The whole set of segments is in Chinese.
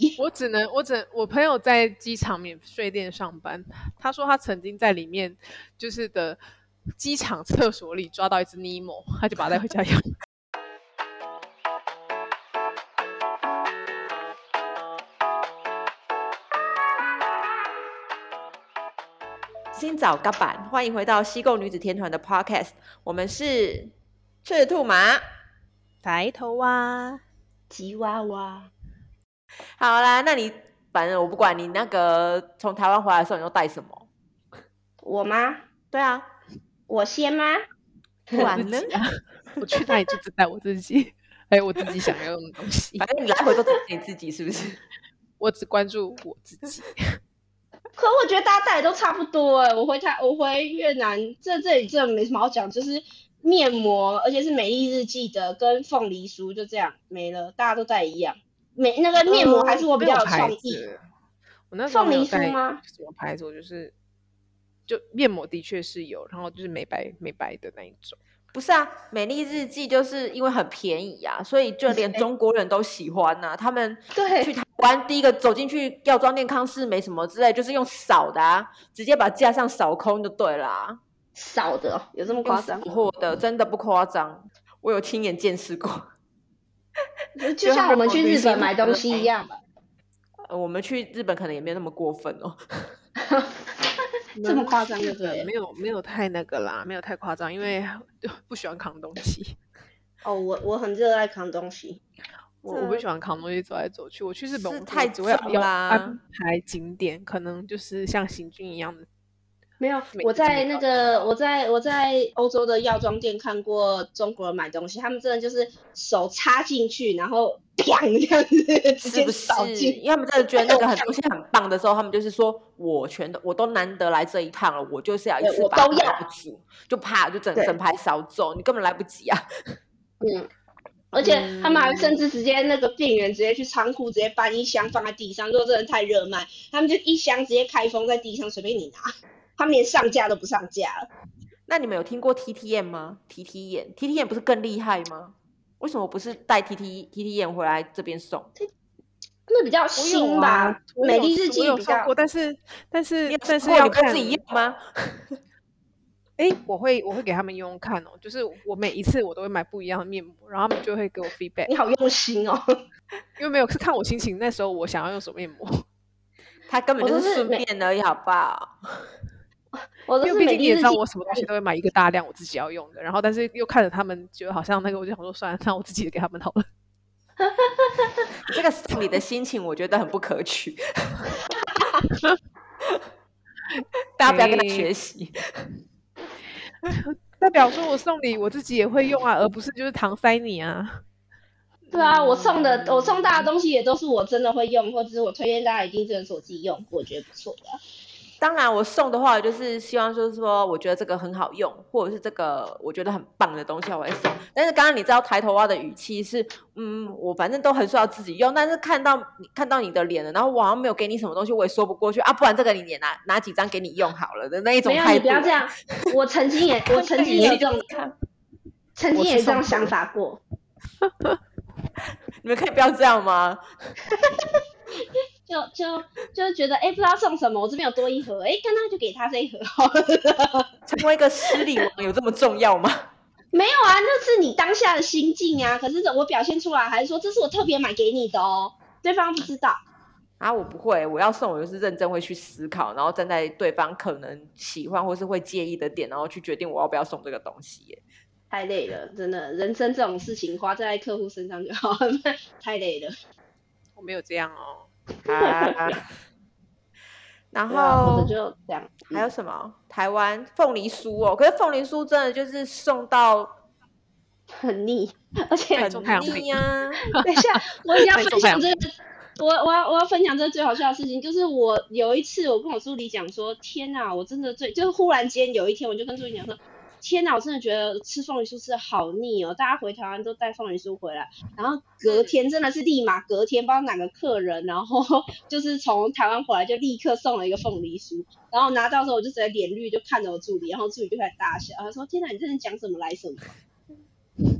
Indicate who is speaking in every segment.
Speaker 1: 我只能，我只我朋友在机场免税店上班，他说他曾经在里面就是的机场厕所里抓到一只尼莫，他就把它带回家养。
Speaker 2: 新早嘎板，欢迎回到西贡女子天团的 Podcast，我们是赤兔马。
Speaker 3: 抬头蛙，
Speaker 4: 吉娃娃，
Speaker 2: 好啦，那你反正我不管你那个从台湾回来的时候你都带什么？
Speaker 4: 我吗？
Speaker 2: 对 啊，
Speaker 4: 我先吗？
Speaker 2: 不然呢？
Speaker 1: 我去那里就只带我自己，还有我自己想要用的东西。
Speaker 2: 反正你来回都只是你自己，是不是？
Speaker 1: 我只关注我自己。
Speaker 4: 可我觉得大家带的都差不多哎、我回台，我回越南，这这里真的没什么好讲，就是面膜，而且是美丽日记的跟凤梨酥，就这样没了，大家都带一样。美那个面膜还是我比较有创意，
Speaker 1: 呃嗯没有牌子我那时候
Speaker 4: 凤
Speaker 1: 没有
Speaker 4: 梨酥
Speaker 1: 带
Speaker 4: 吗
Speaker 1: 什么牌子？我就是就面膜的确是有，然后就是美白美白的那一种。
Speaker 2: 不是啊，美丽日记就是因为很便宜啊，所以就连中国人都喜欢呐、啊他们去
Speaker 4: 对
Speaker 2: 台湾第一个走进去药妆店、康士美什么之类，就是用扫的啊，直接把架上扫空就对啊啦、
Speaker 4: 少的哦有这么
Speaker 2: 用
Speaker 4: 夸张
Speaker 2: 死？货的，真的不夸张，我有亲眼见识过。
Speaker 4: 就像我们去日本买东西一样吧。
Speaker 2: 呃，我们去日本可能也没有那么过分哦。
Speaker 4: 这么夸张
Speaker 1: 日
Speaker 4: 就
Speaker 1: 本
Speaker 4: 对了
Speaker 1: 没有没有太那个啦，没有太夸张，因为 就不喜欢扛东 西。
Speaker 4: 哦，我我很热爱扛东西，
Speaker 1: 我我不喜欢扛东西走来走去。我去日本
Speaker 2: 是
Speaker 1: 我
Speaker 2: 太
Speaker 1: 我只会
Speaker 2: 重
Speaker 1: 要
Speaker 2: 啦
Speaker 1: 安排景点，可能就是像行军一样的。
Speaker 4: 没有
Speaker 1: 每。
Speaker 4: 我
Speaker 1: 次
Speaker 4: 在
Speaker 1: 都
Speaker 4: 那
Speaker 1: 要
Speaker 4: 个我在我在欧洲的药妆店看过中国人买东西，他们真的就是手插进去，然后砰这样子直
Speaker 2: 是
Speaker 4: 接
Speaker 2: 不
Speaker 4: 扫
Speaker 2: 是？
Speaker 4: 进。
Speaker 2: 因为他们真的觉得那个很东西很棒的时候，他们就是说，我全都我都难得来这一趟了，我就是要一
Speaker 4: 对
Speaker 2: 次
Speaker 4: 我
Speaker 2: 把
Speaker 4: 都
Speaker 2: 它
Speaker 4: 要
Speaker 2: 包住，就怕就整
Speaker 4: 对
Speaker 2: 整排扫走，你根本来不及啊！
Speaker 4: 嗯，而且他们还甚至直接那个店员直接去仓库直接搬一箱放在地上，如果真的太热卖，他们就一箱直接开封在地上随便你拿，他们连上架都不上架了。
Speaker 2: 那你们有听过 T T M 吗？T T 眼，T T 眼不是更厉害吗？为什么不是带 T T T T 眼回来这边送？
Speaker 4: 那比较
Speaker 1: 我
Speaker 4: 新
Speaker 1: 有
Speaker 4: 吧，
Speaker 1: 啊，我
Speaker 4: 美
Speaker 1: 有
Speaker 4: 丽日
Speaker 1: 我
Speaker 4: 记
Speaker 1: 有
Speaker 4: 比
Speaker 1: 送
Speaker 4: 较
Speaker 1: 过，但是但是
Speaker 2: 你有
Speaker 1: 但
Speaker 2: 试
Speaker 1: 是
Speaker 2: 过
Speaker 1: 要
Speaker 2: 你不
Speaker 1: 看
Speaker 2: 是一样吗？
Speaker 1: 哎，我会我会给他们用用看哦，就是我每一次我都会买不一样的面膜，然后他们就会给我 feedback，
Speaker 4: 你好用心哦。
Speaker 1: 因为没有是看我心情，那时候我想要用什么面膜，
Speaker 2: 他根本
Speaker 4: 我
Speaker 2: 就
Speaker 4: 都
Speaker 2: 是
Speaker 4: 是
Speaker 2: 顺
Speaker 4: 每
Speaker 2: 便而已，好不好？
Speaker 4: 我都
Speaker 1: 因
Speaker 4: 是
Speaker 1: 为毕
Speaker 4: 美
Speaker 1: 竟你
Speaker 4: 丽
Speaker 1: 也
Speaker 4: 日
Speaker 1: 知道
Speaker 4: 记
Speaker 1: 我什么东西都会买一个大量我自己要用的，然后但是又看着他们觉得好像那个，我就想说算了，那我自己给他们好了。
Speaker 2: 这个送你的心情，我觉得很不可取。 大家不要跟他学习。
Speaker 1: 代表说我送礼我自己也会用啊，而不是就是搪塞你啊。
Speaker 4: 对啊，我送的我送大家的东西也都是我真的会用，或者是我推荐大家一定真的是我自己用过，我觉得不错的啊。
Speaker 2: 当然，我送的话，我就是希望就是说，我觉得这个很好用，或者是这个我觉得很棒的东西，我会送。但是刚刚你知道抬头蛙的语气是，嗯，我反正都很说要自己用，但是看到你看到你的脸了，然后我好像没有给你什么东西，我也说不过去啊。不然这个你也拿拿几张给你用好了的那一种
Speaker 4: 没有，
Speaker 2: 态
Speaker 4: 你
Speaker 2: 度。
Speaker 4: 不要这样。我曾经 也，我曾经也有这种，曾经也有这
Speaker 2: 我是送
Speaker 4: 种想法过。
Speaker 2: 你们可以不要这样吗？
Speaker 4: 就就就觉得，哎、不知道送什么，我这边有多一盒，哎、干那就给他这一盒 好了。
Speaker 2: 成为一个失礼王有这么重要吗？
Speaker 4: 没有啊，那是你当下的心境啊。可是我表现出来，还是说这是我特别买给你的哦，对方不知道。
Speaker 2: 啊，我不会，我要送我就是认真会去思考，然后站在对方可能喜欢或是会介意的点，然后去决定我要不要送这个东西耶。
Speaker 4: 太累了，真的，人生这种事情花在客户身上就好， 太累了。
Speaker 1: 我没有这样哦，
Speaker 2: 啊，然
Speaker 4: 对啊
Speaker 2: 后
Speaker 4: 我的就嗯这样。
Speaker 2: 还有什么？台湾凤梨酥哦，可是凤梨酥真的就是送到
Speaker 4: 很腻， 而且
Speaker 1: 太重太阳
Speaker 2: 腻啊，
Speaker 4: 等一下，我一定要
Speaker 1: 太重
Speaker 4: 分享
Speaker 1: 太
Speaker 4: 这个，我我要我要分享这个最好笑的事情，就是我有一次我跟我助理讲说，天哪，我真的最就是忽然间有一天，我就跟助理讲说。天哪，我真的觉得吃凤梨酥吃的好腻哦！大家回台湾都带凤梨酥回来，然后隔天真的是立马隔天，不知道哪个客人，然后就是从台湾回来就立刻送了一个凤梨酥，然后拿到的时候我就直接脸绿，就看着我助理，然后助理就开始大笑，他说：“天哪，你真的讲什么来什么。”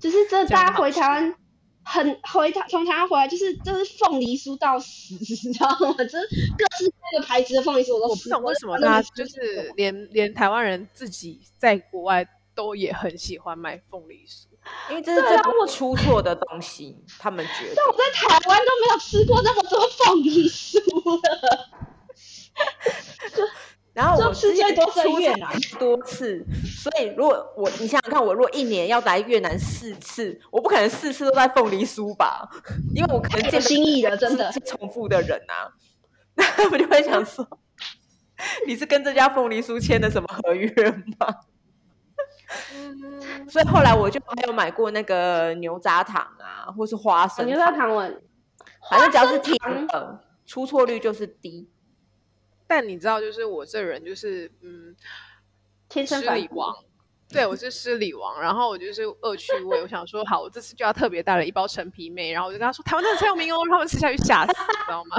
Speaker 4: 就是这
Speaker 1: 讲
Speaker 4: 大
Speaker 1: 得
Speaker 4: 家
Speaker 1: 好
Speaker 4: 回台湾很回台从台湾回来，就是就是凤梨酥到死， 你知道吗？就是各式各样的牌子的凤梨酥我都
Speaker 1: 哦我不
Speaker 4: 吃
Speaker 1: 懂
Speaker 4: 过
Speaker 1: 为什么
Speaker 4: 那
Speaker 1: 大
Speaker 4: 个
Speaker 1: 家就是连连台湾人自己在国外都也很喜欢买凤梨酥。
Speaker 2: 因为这是
Speaker 4: 对
Speaker 2: 最
Speaker 4: 啊
Speaker 2: 不出错的东西，他们觉得
Speaker 4: 我在台湾都没有吃过那么多凤梨酥了。
Speaker 2: 然后
Speaker 4: 就
Speaker 2: 我
Speaker 4: 吃
Speaker 2: 之前
Speaker 4: 最多是啊
Speaker 2: 出
Speaker 4: 越
Speaker 2: 差
Speaker 4: 南
Speaker 2: 多次，所以如果我你想想看，我如果一年要来越南四次，我不可能四次都在凤梨酥吧？ 因为我可能见
Speaker 4: 有
Speaker 2: 的
Speaker 4: 新意的哎真的
Speaker 2: 是重复的人啊， 那我就会想说， 你是跟这家凤梨酥签的什么合约吗？
Speaker 1: 嗯
Speaker 2: 所以后来我就还有买过那个牛轧糖啊，或是花生
Speaker 4: 哦牛轧
Speaker 2: 糖，
Speaker 4: 糖我
Speaker 2: 反正只要是甜
Speaker 4: 花生
Speaker 2: 的，出错率就是低。
Speaker 1: 但你知道，就是我这人就是嗯，
Speaker 4: 天生
Speaker 1: 失
Speaker 4: 反
Speaker 1: 礼
Speaker 4: 骨
Speaker 1: 王。对，我是失礼王，然后我就是恶趣味，我想说好，我这次就要特别带了一包陈皮妹，然后我就跟他说台湾真的很有名哦，让他们吃下去吓死，你知道吗？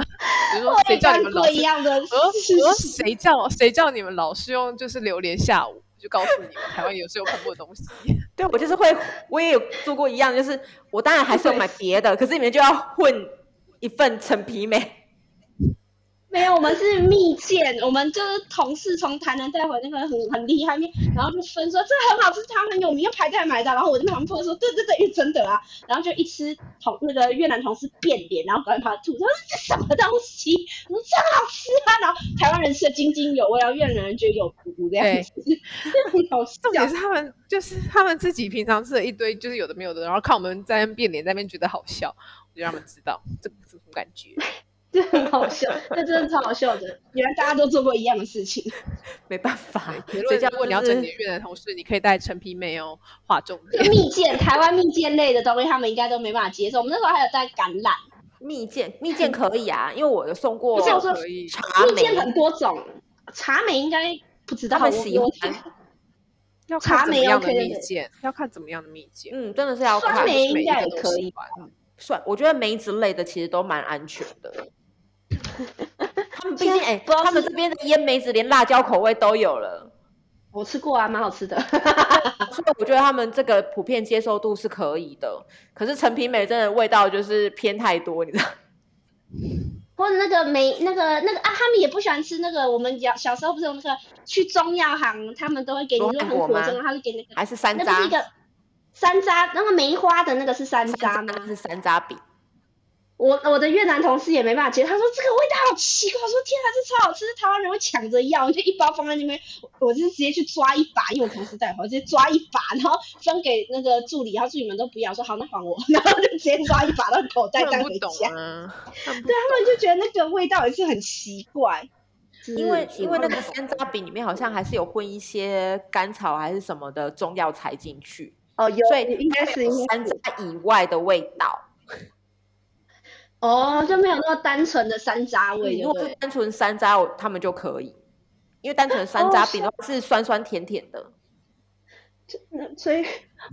Speaker 1: 我就说谁叫你们老呃
Speaker 4: 过
Speaker 1: 是
Speaker 4: 一样的
Speaker 1: 我
Speaker 4: 事
Speaker 1: 说
Speaker 4: 情？
Speaker 1: 谁叫谁叫你们老是用就是榴莲吓我，我就告诉你们，台湾也是有恐怖的 东西。
Speaker 2: 对，我就是会，我也有做过一样，就是我当然还是要买别的，可是里面就要混一份陈皮梅。
Speaker 4: 没有，我们是蜜饯，我们就是同事从台南带回那个很很厉害面，然后就分说这很好吃，它很有名，要排队买的。然后我就旁边朋友说，对对对，因为真的啊。然后就一吃同那个越南同事变脸，然后赶快把它吐，他说这什么东西？我说这很好吃啊。然后台湾人吃的津津有味，然后越南人觉得有毒这样子，很好笑
Speaker 1: 重。点是他们就是他们自己平常吃了一堆就是有的没有的，然后看我们在那边变脸，在那边觉得好笑，我就让他们知道这个是什么感觉。
Speaker 4: 这很好笑，这真的超好笑的。原来大家都做过一样的事情，
Speaker 2: 没办法，
Speaker 1: 结
Speaker 2: 所
Speaker 1: 论
Speaker 2: 以这样
Speaker 1: 如果你
Speaker 2: 就
Speaker 1: 要
Speaker 2: 是
Speaker 1: 整你越南同事，你可以带陈皮妹哦，划重
Speaker 4: 就
Speaker 1: 点。
Speaker 4: 蜜饯，台湾蜜饯类的东西他们应该都没办法接受。我们那时候还有带橄榄，
Speaker 2: 蜜饯，蜜饯可以啊，因为我有送过
Speaker 4: 不是我说
Speaker 1: 可以，
Speaker 2: 茶
Speaker 4: 蜜
Speaker 2: 梅，
Speaker 4: 饯很多种，茶梅应该不知道。
Speaker 2: 他们
Speaker 4: 我
Speaker 2: 喜
Speaker 4: 我
Speaker 2: 欢，
Speaker 1: 要看
Speaker 4: 茶
Speaker 1: 怎么
Speaker 4: 梅
Speaker 1: 样的
Speaker 4: OK
Speaker 1: 蜜
Speaker 4: 的
Speaker 1: 饯，要看怎么样的蜜饯。
Speaker 2: 嗯，真的是要
Speaker 4: 酸
Speaker 2: 看
Speaker 1: 不
Speaker 4: 梅
Speaker 1: 是
Speaker 4: 应
Speaker 1: 每一
Speaker 4: 该
Speaker 1: 个
Speaker 4: 也
Speaker 1: 都
Speaker 4: 可
Speaker 1: 喜
Speaker 4: 以
Speaker 1: 欢
Speaker 2: 算，我觉得梅子类的其实都蛮安全 的。他们毕竟
Speaker 4: 现在
Speaker 2: 哎、
Speaker 4: 啊不知道
Speaker 2: 他们
Speaker 4: 是
Speaker 2: 这边的腌梅子连辣椒口味都有了，
Speaker 4: 我吃过啊，蛮好吃的。 啊
Speaker 2: 所以我觉得他们这个普遍接受度是可以的。可是陈皮梅真的味道就是偏太多，你知道吗。
Speaker 4: 或者那个梅，那个那个啊，他们也不喜欢吃那个。我们小小时候不是有那个去中药行，他们都会给你
Speaker 2: 罗
Speaker 4: 那
Speaker 2: 汉
Speaker 4: 很
Speaker 2: 果
Speaker 4: 果
Speaker 2: 吗
Speaker 4: 中药，他会给那个，
Speaker 2: 还是山
Speaker 4: 那
Speaker 2: 楂
Speaker 4: 不是一个山楂，那个梅花的那个是山楂
Speaker 2: 山
Speaker 4: 吗？
Speaker 2: 楂是山楂饼，
Speaker 4: 我我的越南同事也没办法接受，他说这个味道好奇怪，我说天啊，这超好吃，台湾人会抢着要，就一包放在那边，我我就直接去抓一把，因为我同事带回来，我直接抓一把，然后分给那个助理，然后助理们都不要，我说好那还我， 然后就直接抓一把到口袋
Speaker 1: 他们
Speaker 4: 带
Speaker 1: 不
Speaker 4: 回
Speaker 1: 懂
Speaker 4: 家，
Speaker 1: 啊，他们不
Speaker 4: 对他们就觉得那个味道也是很奇怪，
Speaker 2: 因为因为那个
Speaker 1: 嗯
Speaker 2: 山楂饼里面好像还是有混一些甘草还是什么的中药材进去，
Speaker 4: 哦有
Speaker 2: 所以
Speaker 4: 应该是
Speaker 2: 有
Speaker 4: 应该
Speaker 2: 山
Speaker 4: 是
Speaker 2: 楂以外的味道。
Speaker 4: 哦就没有那么单纯的山楂味，对
Speaker 2: 如
Speaker 4: 不
Speaker 2: 果是
Speaker 4: 对？
Speaker 2: 单纯山楂，我他们就可以，因为单纯山
Speaker 4: 哦
Speaker 2: 楂饼的话是酸酸甜甜的。
Speaker 4: 嗯所以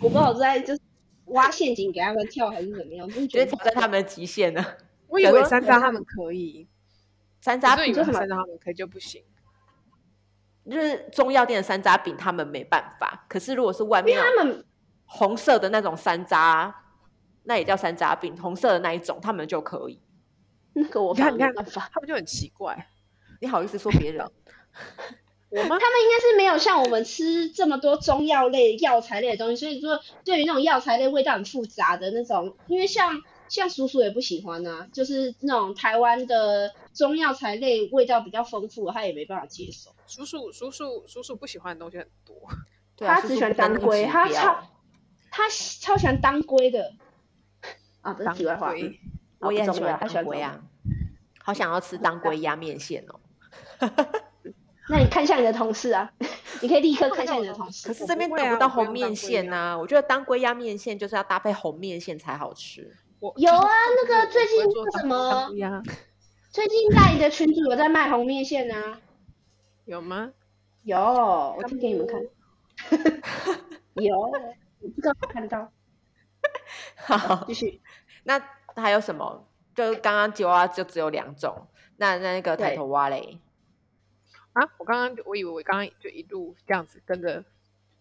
Speaker 4: 我不知道我在就是挖陷阱给他们跳还是怎么样，就是
Speaker 2: 觉
Speaker 4: 觉
Speaker 2: 得
Speaker 4: 得
Speaker 2: 挑战他们的极限呢。
Speaker 1: 我以
Speaker 2: 假
Speaker 1: 为
Speaker 2: 如
Speaker 1: 山楂他们可 以，
Speaker 2: 山
Speaker 1: 我
Speaker 2: 楂
Speaker 1: 就以
Speaker 2: 饼
Speaker 1: 为
Speaker 2: 就
Speaker 1: 山
Speaker 2: 是
Speaker 1: 楂他们可以就不行。
Speaker 2: 就是中药店的山楂饼，他们没办法。可是如果是外
Speaker 4: 因
Speaker 2: 面
Speaker 4: 为他们。
Speaker 2: 红色的那种山楂，那也叫山楂饼，红色的那一种，他们就可以。
Speaker 4: 那个我
Speaker 1: 你看
Speaker 4: 反而
Speaker 1: 你
Speaker 4: 没
Speaker 1: 看
Speaker 4: 办法，
Speaker 1: 他们就很奇怪，
Speaker 2: 你好意思说别人？
Speaker 1: 我吗？
Speaker 4: 他们应该是没有像我们吃这么多中药类、药材类的东西，所以说对于那种药材类味道很复杂的那种，因为像像叔叔也不喜欢啊，就是那种台湾的中药材类味道比较丰富，他也没办法接受。
Speaker 1: 叔叔叔叔叔叔不喜欢的东西很多，
Speaker 2: 对啊
Speaker 4: 他
Speaker 2: 叔
Speaker 4: 只
Speaker 2: 叔
Speaker 4: 喜欢
Speaker 2: 不能
Speaker 4: 当
Speaker 2: 弄
Speaker 4: 归
Speaker 2: 指
Speaker 4: 他
Speaker 2: 标
Speaker 4: 超他喜超喜欢当归的啊，这是
Speaker 1: 当
Speaker 4: 题外话。
Speaker 1: 归
Speaker 2: 我也
Speaker 4: 不
Speaker 2: 很喜
Speaker 4: 重要
Speaker 2: 欢
Speaker 4: 他喜
Speaker 2: 当
Speaker 4: 欢
Speaker 2: 归
Speaker 4: 当
Speaker 2: 啊，好想要吃当归压面线哦。
Speaker 4: 那你看一下你的同事啊， 你可以立刻看一下你的同事。
Speaker 2: 可是这边
Speaker 1: 不会
Speaker 2: 得
Speaker 1: 啊
Speaker 2: 不到
Speaker 1: 我不
Speaker 2: 红
Speaker 1: 用
Speaker 2: 面
Speaker 1: 当归
Speaker 2: 线啊
Speaker 1: 压
Speaker 2: 呐、我觉得当归压面线就是要搭配红面线才好吃。
Speaker 1: 我
Speaker 4: 有啊那个最近
Speaker 1: 我做
Speaker 4: 那
Speaker 1: 当
Speaker 4: 什么
Speaker 1: 当归 啊
Speaker 4: 最近在你的群主有在卖红面线啊，
Speaker 1: 有吗？
Speaker 4: 有，我贴给你们 看。有，你不知道有看到，
Speaker 2: 好，
Speaker 4: 继续。
Speaker 2: 那还有什么？就刚刚吉娃娃就只有两种，那那那个
Speaker 4: 对
Speaker 2: 抬头蛙嘞，
Speaker 1: 啊，我刚刚就我以为我刚刚就一路这样子跟着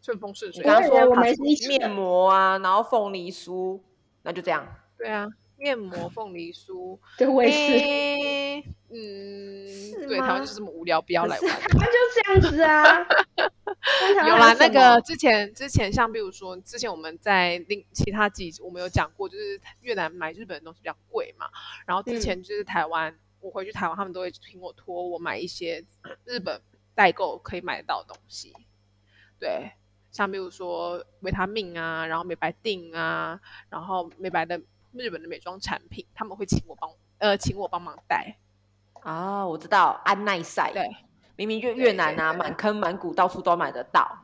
Speaker 1: 顺风顺
Speaker 2: 你
Speaker 1: 水，啊
Speaker 2: 刚刚
Speaker 4: 我以为
Speaker 2: 说
Speaker 4: 我
Speaker 2: 卡
Speaker 4: 们
Speaker 2: 其
Speaker 4: 是一起的
Speaker 2: 面膜啊，然后凤梨酥，那就这样。
Speaker 1: 对啊，面膜、凤梨酥，
Speaker 4: 对，我也是。
Speaker 1: 哎诶嗯，
Speaker 2: 是
Speaker 1: 对，台湾
Speaker 2: 吗
Speaker 1: 就是这么无聊，不要
Speaker 2: 可
Speaker 1: 来
Speaker 2: 是
Speaker 1: 玩。
Speaker 4: 他就这样子 啊。通常哦
Speaker 1: 有
Speaker 4: 还
Speaker 1: 啦，
Speaker 4: 什
Speaker 1: 那个
Speaker 4: 么
Speaker 1: 之前之前像比如说之前我们在另其他集我们有讲过，就是越南买日本的东西比较贵嘛，然后
Speaker 4: 嗯
Speaker 1: 之前就是台湾、我回去台湾，他们都会请我托我买一些日本代购可以买得到的东西，对。像比如说维他命啊，然后美白定啊，然后美白的日本的美妆产品，他们会请我帮呃请我帮忙带，
Speaker 2: 啊、我知道安耐晒，
Speaker 1: 对，
Speaker 2: 明明就
Speaker 1: 对
Speaker 2: 越南啊，
Speaker 1: 对对
Speaker 2: 满坑满谷到处都买得到。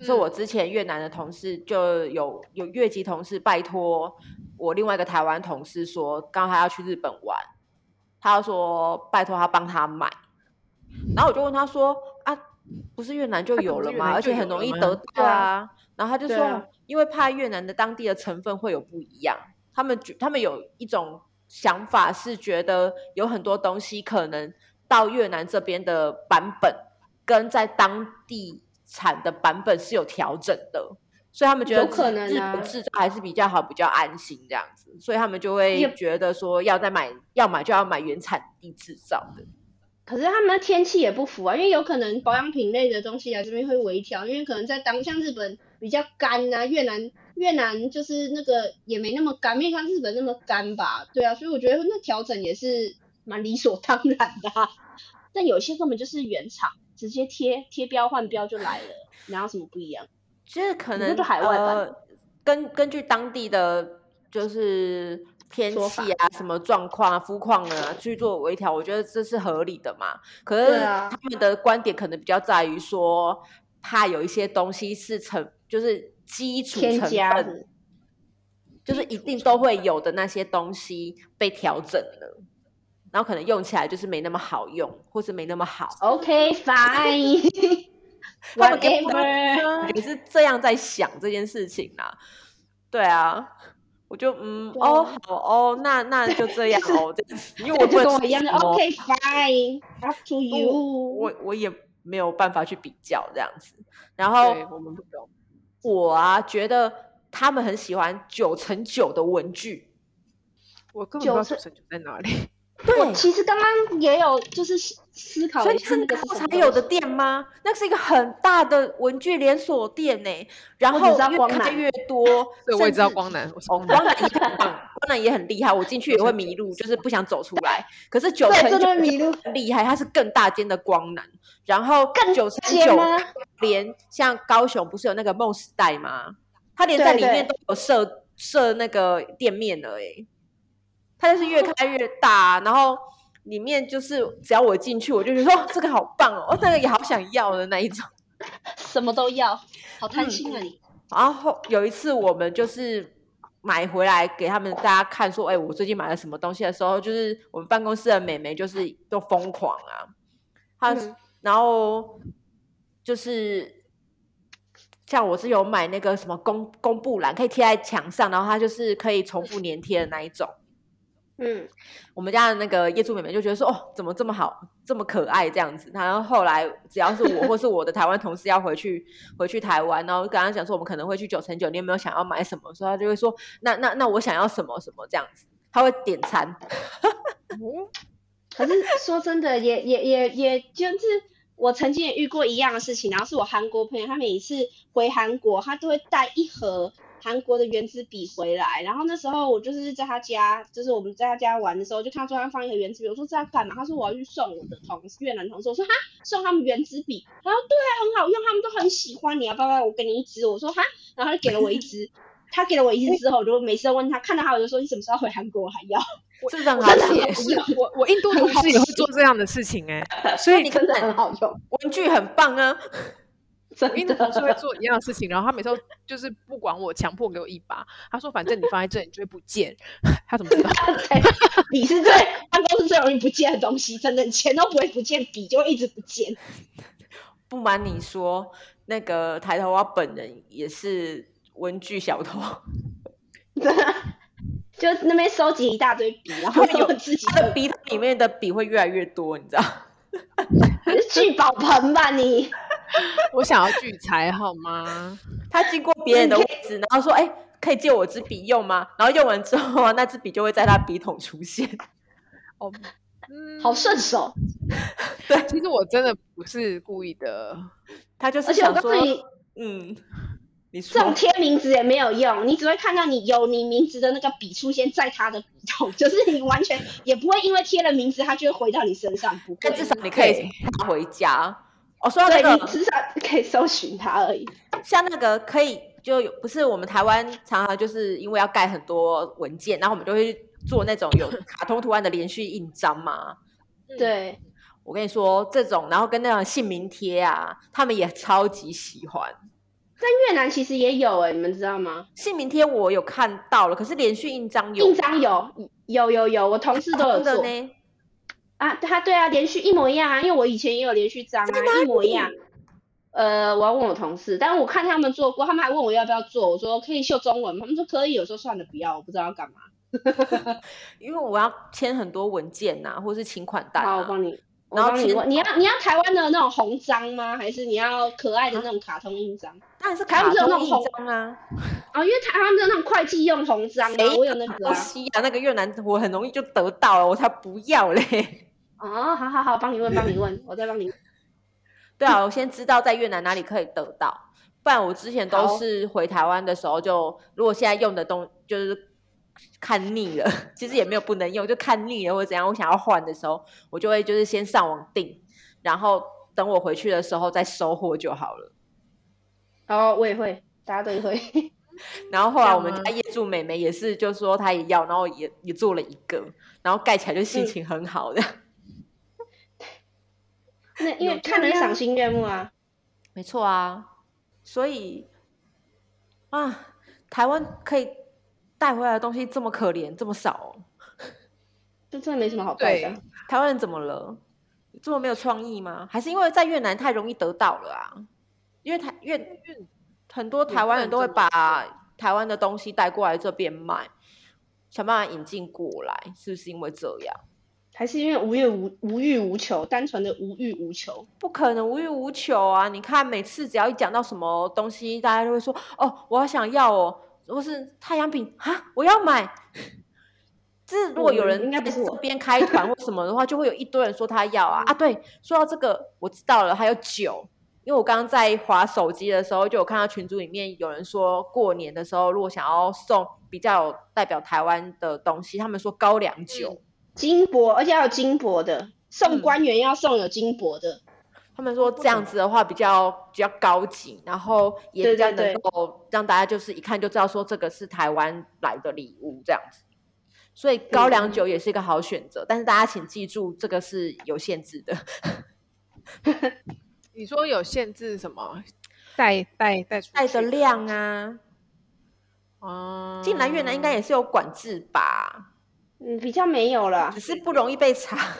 Speaker 2: 所
Speaker 1: 嗯
Speaker 2: 以我之前越南的同事就有有越籍同事拜托我另外一个台湾同事说，刚好他要去日本玩，他说拜托他帮他买，然后我就问他说啊，不是越南就
Speaker 1: 啊
Speaker 2: 有
Speaker 1: 不是
Speaker 2: 了
Speaker 1: 越
Speaker 2: 吗？
Speaker 1: 南
Speaker 2: 而
Speaker 1: 就
Speaker 2: 且很
Speaker 1: 有
Speaker 2: 容
Speaker 1: 了
Speaker 2: 易
Speaker 1: 吗
Speaker 2: 得到
Speaker 4: 对啊
Speaker 2: 啊，然后他就
Speaker 4: 对
Speaker 2: 说，
Speaker 4: 啊
Speaker 2: 因为怕越南的当地的成分会有不一样，他们觉他们有一种想法是觉得有很多东西可能到越南这边的版本跟在当地产的版本是有调整的，所以他们觉得
Speaker 4: 有可能
Speaker 2: 日
Speaker 4: 啊
Speaker 2: 本制造还是比较好，比较安心这样子，所以他们就会
Speaker 4: 也
Speaker 2: 觉得说要再买，要买就要买原产地制造的。
Speaker 4: 可是他们的天气也不符啊，因为有可能保养品类的东西来这边会微调，因为可能在当像日本比较干啊，越南越南就是那个也没那么干，没有像日本那么干吧？对啊，所以我觉得那调整也是蛮理所当然的、啊。 但有些根本就是原厂直接贴贴标换标就来了，哪有什么不一样？
Speaker 2: 其实可
Speaker 4: 你
Speaker 2: 能
Speaker 4: 是不是海外版
Speaker 2: 呃、根根据当地的就是天
Speaker 4: 说法
Speaker 2: 气啊、什么状况啊、肤况啊去做微调，我觉得这是合理的嘛。可是
Speaker 4: 对啊
Speaker 2: 他们的观点可能比较在于说，怕有一些东西是成就是基础
Speaker 4: 添
Speaker 2: 成
Speaker 4: 加
Speaker 2: 分，
Speaker 4: 的
Speaker 2: 就是一定都会有的那些东西被调整了，然后可能用起来就是没那么好用，或是没那么好。
Speaker 4: OK fine
Speaker 2: 他们根本
Speaker 4: whatever。
Speaker 2: 也是这样在想这件事情啦。对啊，我就嗯
Speaker 4: 对
Speaker 2: 哦好哦，那那就这样哦，这样子因为
Speaker 4: 我
Speaker 2: 我
Speaker 4: 就
Speaker 2: 不
Speaker 4: 跟
Speaker 2: 能
Speaker 4: 我
Speaker 2: 说
Speaker 4: 一样的
Speaker 2: 什么
Speaker 4: ，OK fine，up to you。
Speaker 2: 我我也没有办法去比较这样子。然
Speaker 1: 嗯对
Speaker 2: 后
Speaker 1: 我们不懂，
Speaker 2: 我啊觉得他们很喜欢九乘九的文具，
Speaker 1: 我根本不知道
Speaker 4: 九
Speaker 1: 九
Speaker 4: 成
Speaker 1: 成九在哪里。
Speaker 2: 对，
Speaker 4: 其实刚刚也有就是思思考
Speaker 2: 所
Speaker 4: 了
Speaker 2: 以
Speaker 4: 一下
Speaker 2: 是
Speaker 4: 那个
Speaker 2: 那
Speaker 4: 是什么
Speaker 2: 才有的
Speaker 4: 东西
Speaker 2: 店吗？那是一个很大的文具连锁店呢、然
Speaker 4: 我只
Speaker 2: 后
Speaker 4: 知道
Speaker 2: 越
Speaker 4: 光
Speaker 2: 开
Speaker 4: 南
Speaker 2: 越多，
Speaker 1: 对，我也知道
Speaker 2: 甚至
Speaker 1: 光南，我是
Speaker 2: 哦，
Speaker 1: 光南
Speaker 2: 光南也很棒，光南也很厉害，我进去也会迷路，就是不想走出来。可是九乘
Speaker 4: 对，真的
Speaker 2: 九
Speaker 4: 迷路。
Speaker 2: 很厉害，它是更大间的光南，然后
Speaker 4: 更
Speaker 2: 九乘
Speaker 4: 尖
Speaker 2: 九
Speaker 4: 吗
Speaker 2: 连像高雄不是有那个梦时代吗？它连在里
Speaker 4: 对
Speaker 2: 面
Speaker 4: 对
Speaker 2: 都有设设那个店面了、欸，它就是越开越大，然后里面就是只要我进去，我就觉得哦，这个好棒哦，哦，那个也好想要的那一种。
Speaker 4: 什么都要，好
Speaker 2: 嗯
Speaker 4: 贪心啊你！
Speaker 2: 然后有一次我们就是买回来给他们大家看，说：“哎、我最近买了什么东西的时候，就是我们办公室的美眉就是都疯狂啊，她、
Speaker 1: 嗯
Speaker 2: 然后就是像我是有买那个什么公公布栏，可以贴在墙上，然后它就是可以重复粘贴的那一种。”
Speaker 4: 嗯，
Speaker 2: 我们家的那个业主妹妹就觉得说，哦，怎么这么好，这么可爱这样子。然后后来只要是我或是我的台湾同事要回去回去台湾，然后跟他讲说我们可能会去九乘九，你有没有想要买什么？所以他就会说，那那那我想要什么什么这样子，他会点餐。
Speaker 4: 可是说真的，也也也也就是我曾经也遇过一样的事情，然后是我韩国朋友，他每次回韩国，他都会带一盒韩国的圆珠笔回来。然后那时候我就是在他家，就是我们在他家玩的时候，就看到桌上放一盒圆珠笔，我说这要干嘛？他说我要去送我的同事越南同事，我说哈送他们圆珠笔，他说对啊很好用，他们都很喜欢，你要不要？我给你一支，我说哈，然后他就给了我一支。他给了我一支之后，我就每次都问他，看到他我就说你什么时候回韩国？我还 要。
Speaker 2: 是不是很
Speaker 4: 我
Speaker 2: 好
Speaker 4: 真的
Speaker 2: 写
Speaker 4: 好？
Speaker 1: 是 我我印度同事也会做这样的事情哎、 所以
Speaker 2: 你
Speaker 4: 真的很好用，
Speaker 2: 文具很棒啊，
Speaker 1: 我
Speaker 4: 真
Speaker 1: 印度同 事会
Speaker 4: 的。
Speaker 1: 做一样的事情，然后他每次都就是不管我，强迫给我一把。他说反正你放在这里你就会不见， 他怎么知道？
Speaker 4: 对，笔哎是最办公室最容易不见的东西，真的，你钱都不会不见，笔就会一直不见。
Speaker 2: 不瞒你说，那个抬头蛙本人也是文具小偷，
Speaker 4: 就那边收集一大堆笔，然后有自 己
Speaker 2: 他的
Speaker 4: 的
Speaker 2: 笔筒里面的笔会越来越多，你知道。
Speaker 4: 你是聚宝盆吧你？
Speaker 1: 我想要聚财好吗？
Speaker 2: 他经过别人的位置，然后说：“哎、可以借我支笔用吗？”然后用完之后啊，那支笔就会在他笔筒出现。
Speaker 1: 哦，嗯
Speaker 4: 好顺手。
Speaker 1: 其实我真的不是故意的，
Speaker 2: 他就是
Speaker 4: 而且我
Speaker 2: 想
Speaker 4: 告
Speaker 2: 说
Speaker 4: 诉你，：“
Speaker 2: 嗯，你
Speaker 4: 这
Speaker 2: 说
Speaker 4: 种贴名字也没有用，你只会看到你有你名字的那个笔出现在他的笔筒， 就是你完全也不会因为贴了名字，他就会回到你身上，不会
Speaker 2: 但。至少你可以
Speaker 1: 对
Speaker 2: 拿回家。”哦，说到哎这
Speaker 4: 对你
Speaker 2: 个，
Speaker 4: 至少可以搜寻他而已。
Speaker 2: 像那个可以就有，不是我们台湾常常就是因为要盖很多文件，然后我们就会去做那种有卡通图案的连续印章嘛。嗯
Speaker 4: 对，
Speaker 2: 我跟你说，这种然后跟那种姓名贴啊，他们也超级喜欢。
Speaker 4: 但越南其实也有哎、你们知道吗？
Speaker 2: 姓名贴我有看到了，可是连续印章有
Speaker 4: 印章有有有有，我同事都有
Speaker 2: 真的
Speaker 4: 做
Speaker 2: 呢。
Speaker 4: 啊。他对啊，连续一模一样啊，因为我以前也有连续章啊，一模一样。呃，我要问我同事，但我看他们做过，他们还问我要不要做，我说可以秀中文吗？他们说可以，有时候算了，不要，我不知道要干嘛。
Speaker 2: 因为我要签很多文件呐、或是请款单、啊。
Speaker 4: 好，我帮你，我
Speaker 2: 然后
Speaker 4: 帮你
Speaker 2: 签
Speaker 4: 问，你要你要台湾的那种红章吗？还是你要可爱的那种卡通印章？
Speaker 2: 当然是
Speaker 4: 台
Speaker 2: 卡
Speaker 4: 湾不是有
Speaker 2: 通
Speaker 4: 那
Speaker 2: 印
Speaker 4: 种
Speaker 2: 章啊，
Speaker 4: 哦，因为台湾的那种会计用红章啊
Speaker 2: 谁，
Speaker 4: 我有那个
Speaker 2: 我
Speaker 4: 啊。
Speaker 2: 西啊，那个越南我很容易就得到了，我才不要 嘞。
Speaker 4: 哦，好好好，帮你问，帮你问，我再帮你。
Speaker 2: 对啊，我先知道在越南哪里可以得到，不然我之前都
Speaker 4: 好
Speaker 2: 是回台湾的时候就，如果现在用的东就是看腻了， 其实也没有不能用，就看腻了或者怎样，我想要换的时候，我就会就是先上网订，然后等我回去的时候再收货就好了。
Speaker 4: 哦，我也会，大家都会。
Speaker 2: 然后后来
Speaker 1: 这样
Speaker 2: 我们
Speaker 1: 吗
Speaker 2: 家业主妹妹也是，就说她也要，然后也也做了一个，然后盖起来就心
Speaker 4: 嗯
Speaker 2: 情很好的。
Speaker 4: 那因为
Speaker 2: 有
Speaker 4: 看了
Speaker 2: 这样
Speaker 4: 赏心悦目啊。
Speaker 2: 没错啊，所以啊，台湾可以带回来的东西这么可怜，这么少哦、
Speaker 4: 这真的没什么好带的啊。
Speaker 2: 台湾人怎么了？这么没有创意吗？还是因为在越南太容易得到了啊？因为台越很多台湾人都会把台湾的东西带过来这边卖，想办法引进过来，是不是因为这样？
Speaker 4: 还是因为无欲无无欲无求，单纯的无欲无求。
Speaker 2: 不可能无欲无求啊！你看，每次只要一讲到什么东西，大家就会说：“哦，我好想要哦，或是太阳饼啊，我要买。”这如果有
Speaker 4: 嗯
Speaker 2: 人
Speaker 4: 应该不是
Speaker 2: 在
Speaker 4: 我
Speaker 2: 这边开团或什么的话，就会有一堆人说他要 啊啊！对，说到这个，我知道了，还有酒，因为我刚刚在划手机的时候，就有看到群组里面有人说，过年的时候如果想要送比较有代表台湾的东西，他们说高粱酒，
Speaker 4: 金箔，而且要有金箔的，送
Speaker 2: 嗯
Speaker 4: 官员要送有金箔的。
Speaker 2: 他们
Speaker 4: 哦
Speaker 2: 说这样子的话比较比较高级，然后也
Speaker 4: 对
Speaker 2: 比较
Speaker 4: 对对
Speaker 2: 能够让大家就是一看就知道说这个是台湾来的礼物这样子。所以高粱酒也是一个好选择，但是大家请记住，这个是有限制 的。
Speaker 1: 你说有限制什么？带带带出
Speaker 2: 带的
Speaker 1: 去
Speaker 2: 量啊，
Speaker 1: 哦，
Speaker 2: 嗯进来越南应该也是有管制吧，
Speaker 4: 嗯，比较没有了
Speaker 2: 只，是不容易被查。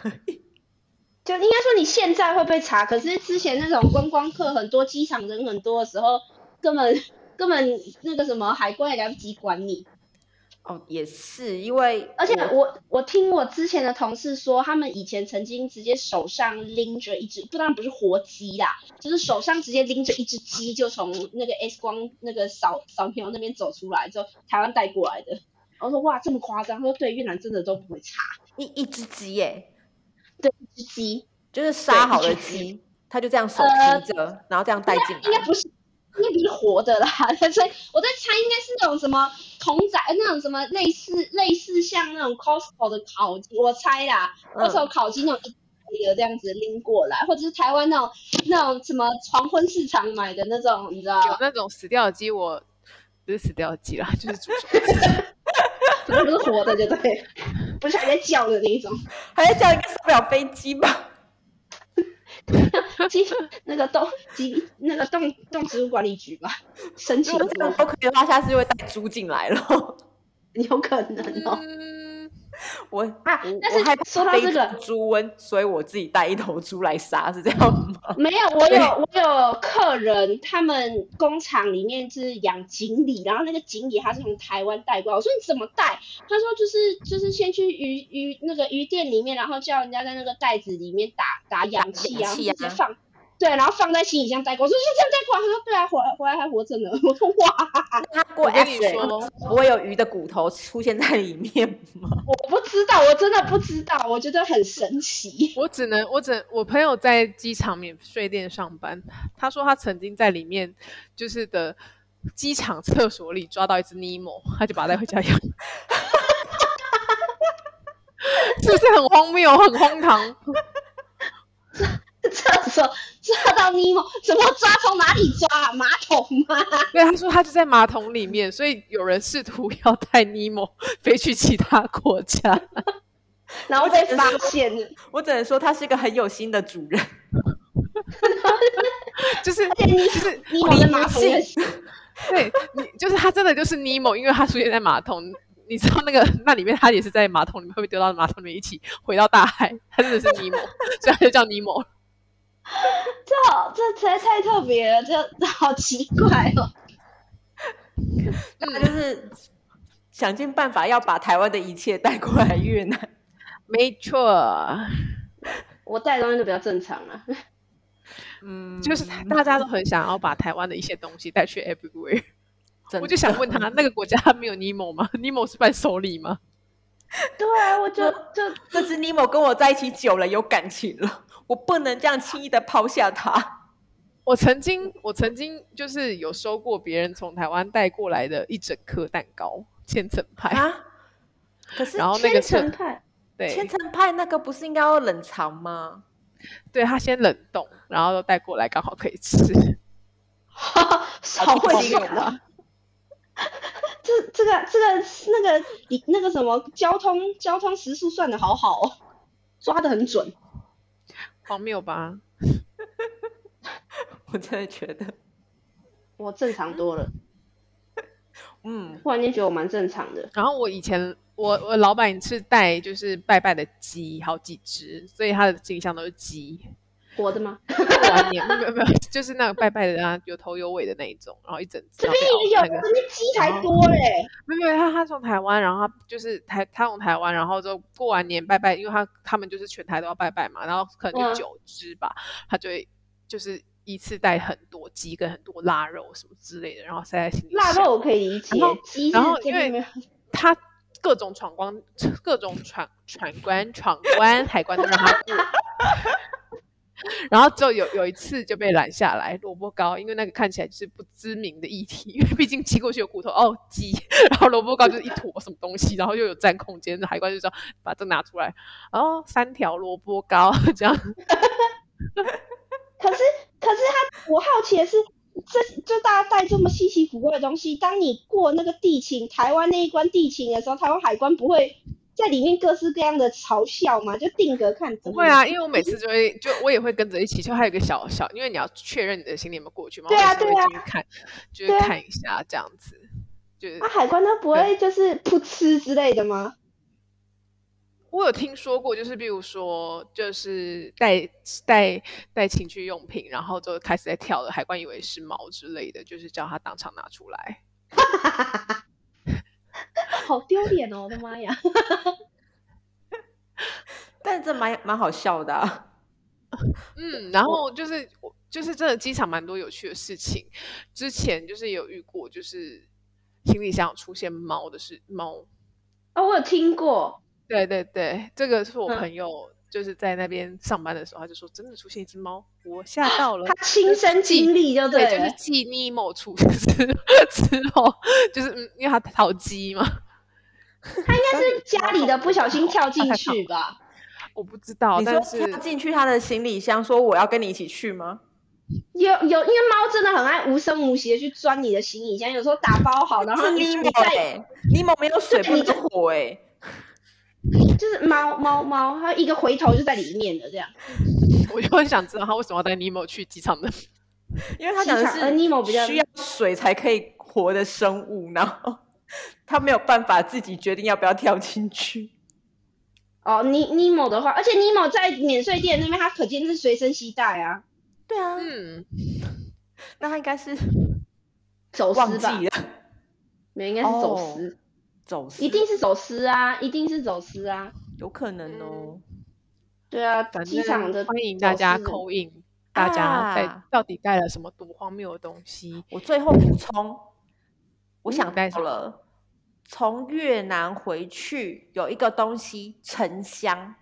Speaker 4: 就应该说你现在会被查，可是之前那种观光客很多、机场人很多的时候，根本根本那个什么海关也来不及管你。
Speaker 2: 哦，也是因为
Speaker 4: 而且我我听我之前的同事说，他们以前曾经直接手上拎着一只，不当然不是活鸡啦，就是手上直接拎着一只鸡，就从那个 X 光那个扫扫描那边走出来，之后台湾带过来的。我说哇，这么夸张？他说对，越南真的都不会查
Speaker 2: 一一只鸡耶，
Speaker 4: 一只鸡，
Speaker 2: 就是杀好的
Speaker 4: 对一只鸡
Speaker 2: 鸡，他就这样手
Speaker 4: 呃
Speaker 2: 提着，然后这样带进
Speaker 4: 应该
Speaker 2: 来。
Speaker 4: 不是。应该不是活的啦， 所以我在猜应该是那种什么童仔，那种什么类似类似像那种 Costco 的烤鸡，我猜啦，或者
Speaker 2: 嗯，
Speaker 4: 烤鸡那种一的这样子拎过来，或者是台湾那种那种什么黄昏市场买的那种，你知道
Speaker 1: 有那种死掉的鸡，我不是死掉的鸡啦，就是煮熟 的鸡。
Speaker 4: 不是活的就对，不是还在叫的那一种。
Speaker 2: 还在叫一个上不了飞机吧？
Speaker 4: 鸡那个动鸡那个动动植物管理局吧，申
Speaker 2: 如
Speaker 4: 请
Speaker 2: 果这
Speaker 4: 过
Speaker 2: 样，都可以的话，下次就会带猪进来了。
Speaker 4: 有可能哦。
Speaker 1: 嗯，
Speaker 2: 我
Speaker 4: 啊
Speaker 2: 我
Speaker 4: 但是
Speaker 2: 我害怕
Speaker 4: 说到
Speaker 2: 非
Speaker 4: 这个
Speaker 2: 猪瘟，所以我自己带一头猪来杀，是这样 吗？
Speaker 4: 没有，我有我有客人，他们工厂里面是养锦鲤，然后那个锦鲤他是从台湾带过来。我说你怎么带？他说就是就是先去鱼鱼那个鱼店里面，然后叫人家在那个袋子里面打打氧气啊，
Speaker 2: 氧气啊
Speaker 4: 直接放对，然后放在行李箱带过，我说就这样带过来，他说对啊，回来回来还活着呢，我说哇，
Speaker 2: 它过
Speaker 1: 我跟
Speaker 2: X
Speaker 1: 你
Speaker 2: 欸
Speaker 1: 说
Speaker 2: 不会有鱼的骨头出现在里面吗？
Speaker 4: 我不知道，我真的不知道，我觉得很神奇。
Speaker 1: 我只能，我只我朋友在机场免税店上班，他说他曾经在里面就是的机场厕所里抓到一只尼莫，他就把它带回家养。 是不是很荒谬、很荒唐？
Speaker 4: 厕所抓到尼莫，怎么抓？从哪里抓、啊？马桶吗？
Speaker 1: 对，他说他就在马桶里面，所以有人试图要带尼莫飞去其他国家。
Speaker 4: 然后被发现了，
Speaker 2: 我只能说他是一个很有心的主人。
Speaker 1: 就是
Speaker 4: 而且尼
Speaker 1: 就是
Speaker 4: 尼莫的马桶也是，
Speaker 1: 对你就是他真的就是尼莫，因为他出现在马桶，你知道那个那里面他也是在马桶里面会被丢到马桶里面一起回到大海，他真的是尼莫，所以他就叫尼莫。
Speaker 4: 这好这实在太特别了，这好奇怪哦。嗯
Speaker 2: 他就是想尽办法要把台湾的一切带过来越 南。
Speaker 1: 没错，
Speaker 4: 我带的东西都比较正常啊，
Speaker 2: 嗯，
Speaker 1: 就是大家都很想要把台湾的一些东西带去 everywhere。
Speaker 2: 真
Speaker 1: 我就想问他，那个国家没有尼莫吗？尼莫是伴手礼吗？
Speaker 4: 对啊，我就就
Speaker 2: 这只尼莫跟我在一起久了，有感情了，我不能这样轻易的抛下它。
Speaker 1: 我曾经，我曾经就是有收过别人从台湾带过来的一整颗蛋糕，千层派。
Speaker 2: 啊！ 可是
Speaker 1: 然后那个
Speaker 4: 千层
Speaker 1: 是
Speaker 4: 派，
Speaker 1: 对，
Speaker 2: 千层派那个不是应该要冷藏吗？
Speaker 1: 对他先冷冻，然后带过来，刚好可以吃。
Speaker 4: 好
Speaker 2: 会
Speaker 4: 会
Speaker 2: 用
Speaker 4: 用
Speaker 2: 吗
Speaker 4: 啊！这这个这个那个你那个什么交通交通时速算的好好哦，抓的很准。
Speaker 1: 荒谬吧？
Speaker 2: 我真的觉得，
Speaker 4: 我正常多了，
Speaker 2: 嗯，
Speaker 4: 忽然间觉得我蛮正常的。
Speaker 1: 然后我以前我我老板是带就是拜拜的鸡好几只，所以他的行李箱都是鸡。
Speaker 4: 活的吗？
Speaker 1: 过完 年没有没有没有，就是那个拜拜的啊，有头有尾的那一种，然后一整只。
Speaker 4: 这
Speaker 1: 然
Speaker 4: 边
Speaker 1: 后
Speaker 4: 也
Speaker 1: 被
Speaker 4: 有，
Speaker 1: 熬那个
Speaker 4: 这边鸡还多欸嘞。
Speaker 1: 没有没有，他他从台湾，然后他就是台他从台湾，然后就过完年拜拜，因为他他们就是全台都要拜拜嘛，然后可能
Speaker 4: 嗯
Speaker 1: 就九只吧，他就会就是一次带很多鸡跟很多腊肉什么之类的，然后塞在行李
Speaker 4: 腊
Speaker 1: 箱。
Speaker 4: 肉我可以理解
Speaker 1: 然后，
Speaker 4: 鸡是
Speaker 1: 然后
Speaker 4: 这
Speaker 1: 因
Speaker 4: 边没
Speaker 1: 为
Speaker 4: 有。
Speaker 1: 他各种闯关、各种闯闯关、闯关、海关都让他过。然后就有有一次就被拦下来，萝卜糕，因为那个看起来就是不知名的议题，因为毕竟骑过去有骨头哦鸡， 然后萝卜糕就是一坨什么东西，然后又有占空间，海关就说把这拿出来，哦三条萝卜糕 这样，
Speaker 4: 可是可是他，我好奇的是，这就大家带这么稀奇古怪的东西，当你过那个地勤，台湾那一关地勤的时候，台湾海关不会在里面各式各样的嘲笑吗？就定格看。
Speaker 1: 不会啊，，因为我每次就会就我也会跟着一起，就还有一个小小，因为你要确认你的行李有没有过去嘛，
Speaker 4: 对啊
Speaker 1: 我每次会
Speaker 4: 对啊
Speaker 1: 进去看，就
Speaker 4: 对
Speaker 1: 是
Speaker 4: 啊
Speaker 1: 看一下这样子，就是
Speaker 4: 啊，海关都不会就是噗嗤之类的吗？
Speaker 1: 我有听说过，就是比如说，就是带带带情趣用品，然后就开始在跳了，海关以为是毛之类的，就是叫他当场拿出来。
Speaker 4: 好丢脸哦！我的妈呀！
Speaker 2: 但这蛮蛮好笑的、啊。
Speaker 1: 嗯，然后就是我就是真的机场蛮多有趣的事情，之前就是有遇过，就是行李箱有出现猫的事，猫。
Speaker 4: 哦，我有听过，
Speaker 1: 对对对，这个是我
Speaker 4: 嗯
Speaker 1: 朋友就是在那边上班的时候，他就说真的出现一只猫，我吓 到了
Speaker 4: 他。亲身经历就
Speaker 1: 对，
Speaker 4: 了。
Speaker 1: 就是继尼莫出事之后，就是嗯，因为他淘鸡嘛，
Speaker 4: 他应该是家里的不小心跳进去吧？
Speaker 1: 我不知道，
Speaker 2: 你说
Speaker 1: 但是
Speaker 2: 他进去他的行李箱，说我要跟你一起去吗？
Speaker 4: 有有，因为猫真的很爱无声无息的去钻你的行李箱，有时候打包好，然后
Speaker 2: 是
Speaker 4: 你
Speaker 2: 尼
Speaker 4: 你
Speaker 2: 莫
Speaker 4: 再
Speaker 2: 哎，尼莫没有水
Speaker 4: 对
Speaker 2: 不
Speaker 4: 你
Speaker 2: 能火哎、
Speaker 4: 就是猫猫猫，它一个回头就在里面了，这样。
Speaker 1: 我就很想知道他为什么要带尼莫去机场的。
Speaker 2: 因为他讲的
Speaker 4: 机场呃，Nemo 比较
Speaker 2: 是需要水才可以活的生物，然后 他没有办法自己决定要不要跳进去。
Speaker 4: 哦，尼尼莫的话，而且尼莫在免税店那边，它可见是随身携带啊，
Speaker 2: 对啊，
Speaker 1: 嗯，
Speaker 2: 那他应该是
Speaker 4: 走
Speaker 2: 忘
Speaker 4: 私
Speaker 2: 记
Speaker 4: 吧？
Speaker 2: 了
Speaker 4: 没，应该是走私，
Speaker 2: 哦走私，
Speaker 4: 一定是走私啊，一定是走私啊。
Speaker 2: 有可能哦。
Speaker 4: 对啊，
Speaker 1: 反
Speaker 4: 机场的
Speaker 1: 正欢迎大家
Speaker 4: 走私
Speaker 1: 扣印。大家在
Speaker 2: 啊
Speaker 1: 到底带了什么多荒谬的东西。
Speaker 2: 我最后补充，
Speaker 1: 嗯
Speaker 2: 我想
Speaker 1: 带
Speaker 2: 到
Speaker 1: 什么
Speaker 2: 了，从越南回去有一个东西沉香，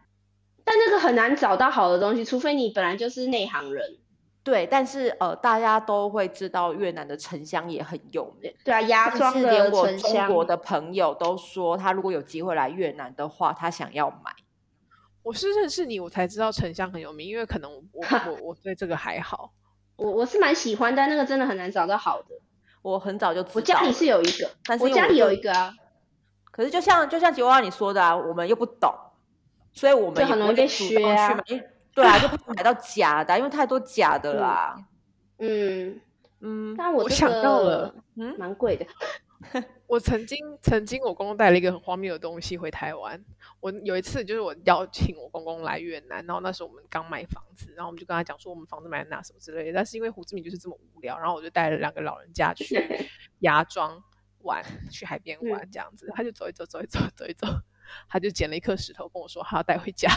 Speaker 4: 但那个很难找到好的东西，除非你本来就是内行人。
Speaker 2: 对，但是呃，大家都会知道越南的沉香也很有名。
Speaker 4: 对啊，芽
Speaker 2: 甚
Speaker 4: 庄
Speaker 2: 至连
Speaker 4: 的
Speaker 2: 我
Speaker 4: 沉
Speaker 2: 中
Speaker 4: 香，
Speaker 2: 国的朋友都说，他如果有机会来越南的话，他想要买。
Speaker 1: 我是认识你，我才知道沉香很有名，因为可能我 我我我对这个还好。
Speaker 4: 我我是蛮喜欢，但那个真的很难找到好的。
Speaker 2: 我很早就知道了，
Speaker 4: 我家里是有一个，
Speaker 2: 但是
Speaker 4: 我
Speaker 2: 因为
Speaker 4: 家里
Speaker 2: 就
Speaker 4: 有一个啊，
Speaker 2: 可是就像就像吉娃娃你说的啊，我们又不懂，所以我们
Speaker 4: 就
Speaker 2: 也
Speaker 4: 很
Speaker 2: 不
Speaker 4: 容
Speaker 2: 会
Speaker 4: 易被
Speaker 2: 主
Speaker 4: 削
Speaker 2: 动去
Speaker 4: 啊
Speaker 2: 买因为对啊， 就怕买到假的啊、因为太多假的啊啦。
Speaker 4: 嗯，
Speaker 2: 嗯，
Speaker 4: 但我
Speaker 1: 我
Speaker 4: 这
Speaker 1: 想到
Speaker 4: 个
Speaker 1: 了
Speaker 2: 嗯
Speaker 4: 蛮 贵的，
Speaker 1: 我曾经曾经我公公带了一个很荒谬的东西回台湾。我有一次就是我邀请我公公来越南，然后那时候我们刚买房子，然后我们就跟他讲说我们房子买在哪什么之类的。但是因为胡志明就是这么无聊，然后我就带了两个老人家去芽庄玩，去海边玩这样子。他就走一走，走一走，走一走，他就捡了一颗石头跟我说他要带回 家。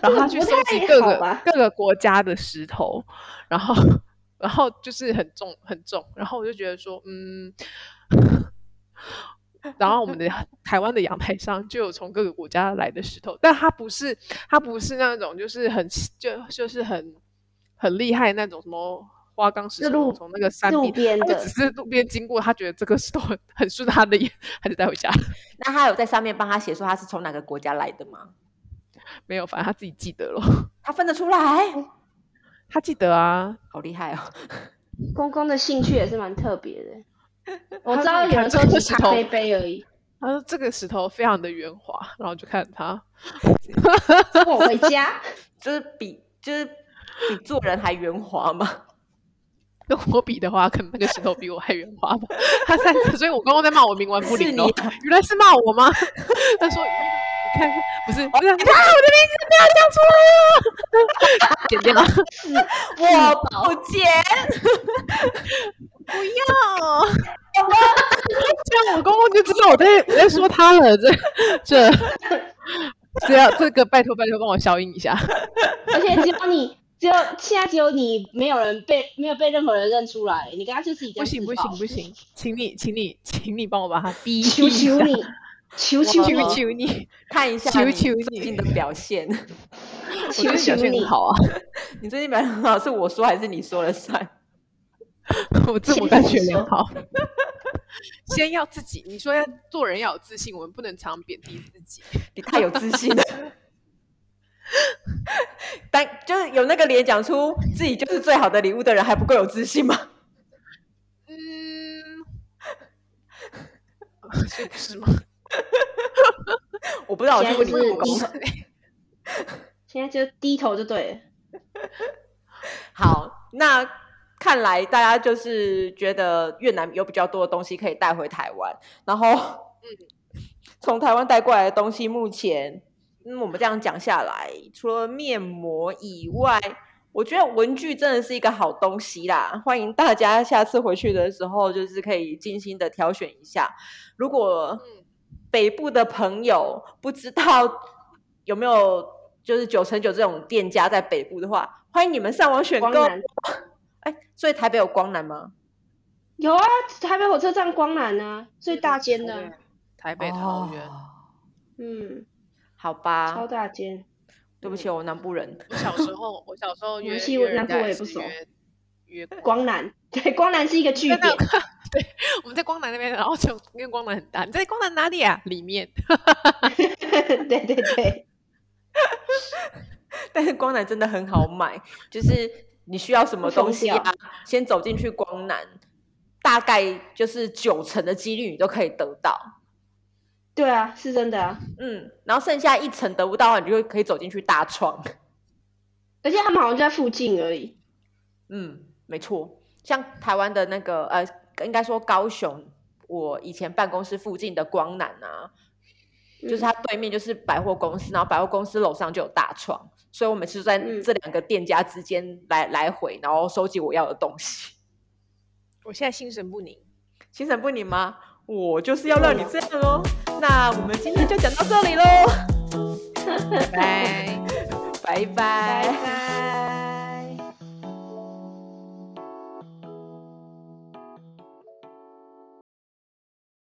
Speaker 1: 然后他去
Speaker 4: 这
Speaker 1: 收
Speaker 4: 个不
Speaker 1: 集
Speaker 4: 太
Speaker 1: 各
Speaker 4: 好
Speaker 1: 个
Speaker 4: 吧
Speaker 1: 各个国家的石头，然后然后就是很重很重，然后我就觉得说，嗯，然后我 们的台湾的阳台上就有从各个国家来的石头，但它不是它不是那种就是很就就是很很厉害那种什么花岗石
Speaker 4: 是
Speaker 1: 头，
Speaker 4: 路
Speaker 1: 从那个山
Speaker 4: 路
Speaker 1: 壁。
Speaker 4: 边
Speaker 1: 他就
Speaker 4: 的
Speaker 1: 只，是路边经过，他觉得这个石头很很顺他的眼，他就带回家了。
Speaker 2: 那他有在上面帮他写说他是从哪个国家来的吗？
Speaker 1: 没有，反正他自己记 得了，
Speaker 2: 他分得出来，
Speaker 1: 哦他记得啊，
Speaker 2: 好厉害哦！
Speaker 4: 公公的兴趣也是蛮特别的。 我知道
Speaker 1: 他
Speaker 4: 有
Speaker 1: 是看
Speaker 4: 人
Speaker 1: 这
Speaker 4: 说
Speaker 1: 个
Speaker 4: 只
Speaker 1: 石
Speaker 4: 咖
Speaker 1: 头
Speaker 4: 啡杯而已，
Speaker 1: 他说这个石头非常的圆滑，然后就看他，
Speaker 4: 送我回家。
Speaker 2: 就是比就是比做人还圆滑嘛。
Speaker 1: 跟我比的话，可能那个石头比我还圆滑吧。 他在，所以我刚刚在骂我冥顽不灵哦
Speaker 2: 是你，
Speaker 1: 原来是骂我吗？ 他说，你看，不是，不是，啊，我的名字不要讲出来 啊，剪掉。
Speaker 2: 我
Speaker 1: 哦
Speaker 2: 不见，
Speaker 1: 这样我公公就知道我在我在说他了。这 这这要这个，拜托拜托，帮我消音一下。
Speaker 4: 而且只有你，只有现在只有你，没有人被没有被任何人认出来，你跟他就自己这
Speaker 1: 不
Speaker 4: 样
Speaker 1: 行不
Speaker 4: 自爆
Speaker 1: 行不，行，请你请你请你帮我把它逼一
Speaker 4: 求
Speaker 1: 下
Speaker 4: 求，你，求求 你，
Speaker 1: 求 求你，
Speaker 2: 看一下
Speaker 1: 求
Speaker 2: 你
Speaker 1: 求
Speaker 2: 最
Speaker 1: 你
Speaker 2: 近的表现。
Speaker 1: 我觉
Speaker 4: 求
Speaker 1: 得
Speaker 4: 求
Speaker 1: 表现
Speaker 4: 你
Speaker 1: 很，好啊。
Speaker 2: 你最近表现很好，是我说还是你说了算？
Speaker 1: 我自我感觉
Speaker 4: 哦
Speaker 1: 良 好。先要自己，你说要做人要有自信，我们不能常贬低自己。
Speaker 2: 你太有自信了。但就是有那个脸讲出自己就是最好的礼物的人，还不够有自信吗？
Speaker 1: 嗯，是不是吗？
Speaker 2: 我不知道，我去问你
Speaker 4: 现在就是
Speaker 2: 故宫。
Speaker 4: 现在就低头就对了。
Speaker 2: 好，那看来大家就是觉得越南有比较多的东西可以带回台湾，然后，
Speaker 1: 嗯
Speaker 2: 从台湾带过来的东西，目前，嗯，我们这样讲下来，除了面膜以外，我觉得文具真的是一个好东西啦。欢迎大家下次回去的时候，就是可以精心的挑选一下。如果
Speaker 1: 嗯
Speaker 2: 北部的朋友不知道有没有就是九成九这种店家在北部的话，欢迎你们上网选
Speaker 4: 光
Speaker 2: 购
Speaker 4: 南。
Speaker 2: 哎，所以台北有光南吗？
Speaker 4: 有啊，台北火车站光南啊，最大间的啊，
Speaker 1: 台北、桃园，
Speaker 2: 哦
Speaker 4: 嗯，
Speaker 2: 好吧，
Speaker 4: 超大间。
Speaker 2: 对不起，我南部人。
Speaker 1: 我小时候，我小时候约
Speaker 4: 我西
Speaker 1: 约
Speaker 4: 文
Speaker 1: 人
Speaker 4: 南部
Speaker 1: 家
Speaker 4: 我也
Speaker 1: 是
Speaker 4: 不熟
Speaker 1: 约约光
Speaker 4: 光南，对，光南是一个据
Speaker 1: 在
Speaker 4: 点
Speaker 1: 那，对，我们在光南那边，然后就因为光南很大，你在光南哪里啊？里面
Speaker 4: 对对对，
Speaker 2: 但是光南真的很好买，就是你需要什么东西
Speaker 4: 疯
Speaker 2: 啊，先走进去光南，大概就是九成的几率你都可以得到，
Speaker 4: 对啊，是真的啊。
Speaker 2: 嗯，然后剩下一层得不到的话，你就可以走进去大创，
Speaker 4: 而且他们好像就在附近而已，
Speaker 2: 嗯，没错，像台湾的那个呃，应该说高雄，我以前办公室附近的光南啊，就是它对面就是百货公司，然后百货公司楼上就有大创，所以我每次就在
Speaker 4: 嗯
Speaker 2: 这两个店家之间来、来回，然后收集我要的东西。
Speaker 1: 我现在心神不宁。
Speaker 2: 心神不宁吗？我就是要让你这样哦。那我们今天就讲到这里喽，
Speaker 1: 拜拜。
Speaker 2: 拜拜。
Speaker 4: 拜拜。